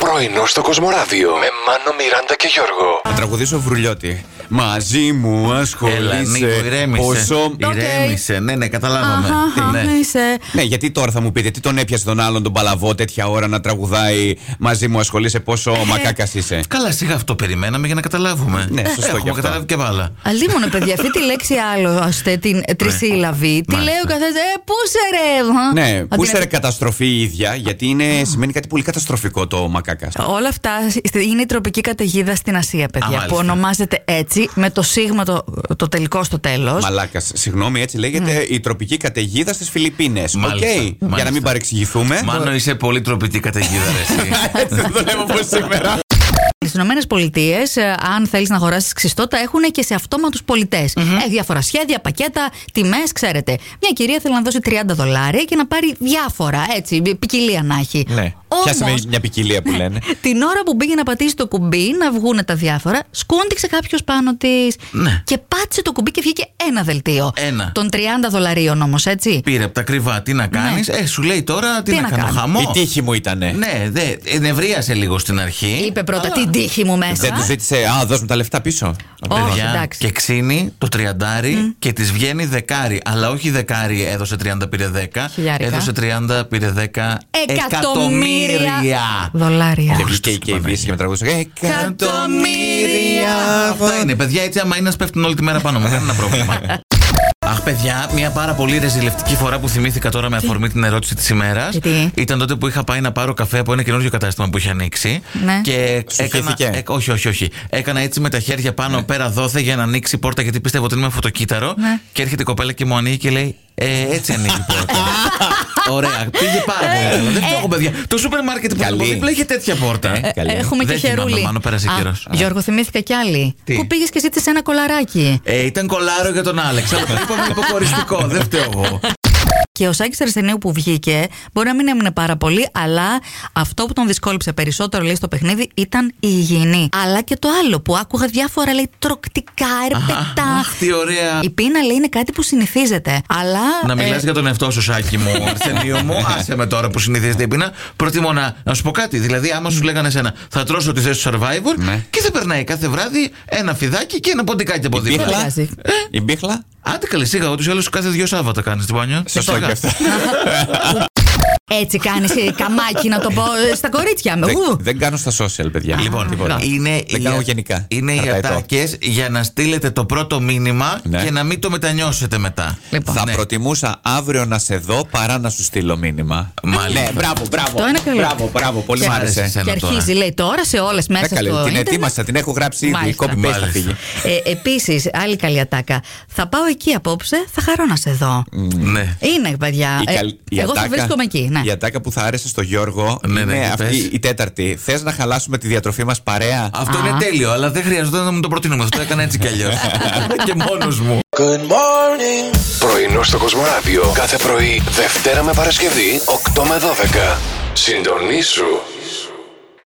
Πρωινό στο Κοσμοράδιο με Μάνο, Μιράντα και Γιώργο. Θα τραγουδήσω βρουλιώτη. Μαζί μου ναι, Έλα, Νίκο, ασχολείσαι ηρέμησε. όσο... Οκ. Ηρέμησε, ναι, ναι, καταλάβαμε. Αχα, Ναι. ναι, είσαι. Ναι, γιατί τώρα θα μου πείτε, τι τον έπιασε τον άλλον τον παλαβό τέτοια ώρα να τραγουδάει μαζί μου ασχολείσαι, πόσο μακάκας είσαι. Καλά, σιγά αυτό περιμέναμε για να καταλάβουμε. Ε, Ναι, σωστό κι Έχουμε αυτό. καταλάβει και βάλα. Αλίμονο, παιδιά, αυτή τη λέξη άλλο, άστε την Ναι. ε, τρισύλλαβη. Τι λέει ο καθένα, Ε, πού σε ρε, μα». Ναι, Αντί πού να είσαι ρε πει- καταστροφή η ίδια, γιατί είναι, σημαίνει κάτι πολύ καταστροφικό το μακάκα. Όλα αυτά είναι η τροπική καταιγίδα στην Ασία, παιδιά. μάλιστα. που ονομάζεται έτσι, με το σίγμα το, το τελικό στο τέλος. Μαλάκας. Συγγνώμη, έτσι λέγεται η τροπική καταιγίδα στις Φιλιππίνες. Οκ. Μάλιστα, Για να μάλιστα. μην παρεξηγηθούμε. Μάνο είσαι πολύ τροπική καταιγίδα, ρε. εσύ. Ε, Έτσι δεν το λέμε όπως σήμερα. Στις Ηνωμένες Πολιτείες, ε, αν θέλεις να αγοράσεις ξυστό, τα έχουν και σε αυτόματου πολιτέ. Έχει διάφορα σχέδια, πακέτα, τιμές, ξέρετε. Μια κυρία θέλει να δώσει 30 δολάρια και να πάρει διάφορα, έτσι, ποικιλία να έχει. Ναι. Όμως, Πιάσαμε μια ποικιλία που λένε. Την ώρα που μπήκε να πατήσει το κουμπί, να βγουν τα διάφορα, σκόντιξε κάποιος πάνω της. Ναι. Και πάτησε το κουμπί και βγήκε ένα δελτίο. Ένα. Των 30 δολαρίων όμως, έτσι. Πήρε από τα κρυβά, τι να κάνεις. Ε, σου λέει τώρα τι, Τι να, να κάνω. κάνω. Χαμό. Η τύχη μου ήτανε. Ναι, δε, νευρίασε λίγο στην αρχή. Είπε πρώτα την τύχη μου μέσα. Δεν του ζήτησε, Α, δώσ' μου τα λεφτά πίσω. Όχι, Παιδιά, εντάξει. και ξύνει το τριαντάρι και της βγαίνει δεκάρι. Αλλά όχι δεκάρι έδωσε 30 πήρε 10. Χιλιάρικα. Έδωσε 30 πήρε 10 εκατομμύρια. δολάρια. Και βγήκε και η Βύση και με τραγούδισε. Ε, Εκατομμύρια. Αυτά είναι, παιδιά. Έτσι, άμα είναι, να πέφτουν όλη τη μέρα πάνω μου. Κανένα πρόβλημα. Αχ, παιδιά, μια πάρα πολύ ρεζιλευτική φορά που θυμήθηκα τώρα με αφορμή την ερώτηση της ημέρας. Τι? Ήταν τότε που είχα πάει να πάρω καφέ από ένα καινούριο κατάστημα που είχε ανοίξει. Ναι. Και Σου έκανα. χύθηκε? έκ- όχι, όχι, όχι. Έκανα έτσι με τα χέρια πάνω πέρα δόθε για να ανοίξει η πόρτα γιατί πίστευα ότι είναι με φωτοκύτταρο. Ναι. Και έρχεται η κοπέλα και μου ανοίγει και λέει. Ε, έτσι ανοίγει η πόρτα. Ωραία, πήγε πάρα Ε, Ε, πολύ καλά. Δεν φταίω, παιδιά. Το σούπερ μάρκετ που Καλή. βλέπω δίπλα είχε τέτοια πόρτα. Ε, καλή. Έχουμε Δεν και θυμάμαι, χερούλι. μάλλον πέρασε Α, καιρός. Γιώργο, θυμήθηκα κι άλλη. Τι? Που πήγες και ζήτησε ένα κολαράκι. Ε, ήταν κολάρο για τον Άλεξ, αλλά το είπαμε υποκοριστικό. Δεν φταίω εγώ. Και ο Σάκης Αρσενίου που βγήκε, μπορεί να μην έμεινε πάρα πολύ, αλλά αυτό που τον δυσκόλυψε περισσότερο, λέει, στο παιχνίδι ήταν η υγιεινή. Αλλά και το άλλο που άκουγα διάφορα, λέει, τροκτικά, ερπετά. Αχ, τι ωραία. Ε, Η πείνα, λέει, είναι κάτι που συνηθίζεται. Αλλά. Να μιλάς ε, για τον εαυτό σου, Σάκη μου, Αρσενείο μου. Άσε με τώρα που συνηθίζεται η πείνα. Προτιμώ να, να σου πω κάτι. Δηλαδή, άμα σου λέγανε εσένα, θα τρώσω τη θέση του survivor Ναι. και θα περνάει κάθε βράδυ ένα φιδάκι και ένα ποντικάκι από Η δίπλα. μπίχλα. πειράζει. Η μπίχλα. Άντε καλή, σίγα, ούτως ή άλλως κάθε δύο Σάββατα κάνεις την πανιά. Σωστό και αυτό. Έτσι κάνεις καμάκι, να το πω ε, στα κορίτσια μου. Δεν- Ου. Δεν κάνω στα social, παιδιά. Λοιπόν, Τίποτα. είναι Δεν οι- κάνω γενικά. Είναι οι Κρατάει το. ατάκες για να στείλετε το πρώτο μήνυμα Ναι. και να μην το μετανιώσετε μετά. Λοιπόν. Θα Ναι. προτιμούσα αύριο να σε δω παρά να σου στείλω μήνυμα. Μάλιστα. Ναι, μπράβο, μπράβο. Το ένα καλό. Μπράβο, μπράβο, πολύ Και- μ' άρεσε άρεσε. εσένα Και τώρα. αρχίζει, λέει, τώρα σε όλες μέσα Ναι, καλέ, στο την ίντερνετ. ετοίμασα, την έχω γράψει ήδη. Η Μάλιστα. κόπη θα Μάλιστα. φύγει. Ε, Επίσης, άλλη καλή ατάκα. Θα πάω εκεί απόψε, θα χαρώ να σε δω. Ναι. Είναι, παιδιά. Η Ε, καλ- η εγώ θα ατάκα- βρίσκομαι εκεί. Ναι. Η ατάκα που θα άρεσε στο Γιώργο Ναι, ναι, είναι για αυτή πες. η τέταρτη. Θες να χαλάσουμε τη διατροφή μας παρέα. Αυτό είναι τέλειο, αλλά δεν χρειαζόταν να μου το προτείνουμε. Αυτό έκανα έτσι κι αλλιώς. και μόνος μου. Πρωινό στο Κοσμοράδιο κάθε πρωί, Δευτέρα με Παρασκευή, 8 με 12. Συντονίσου.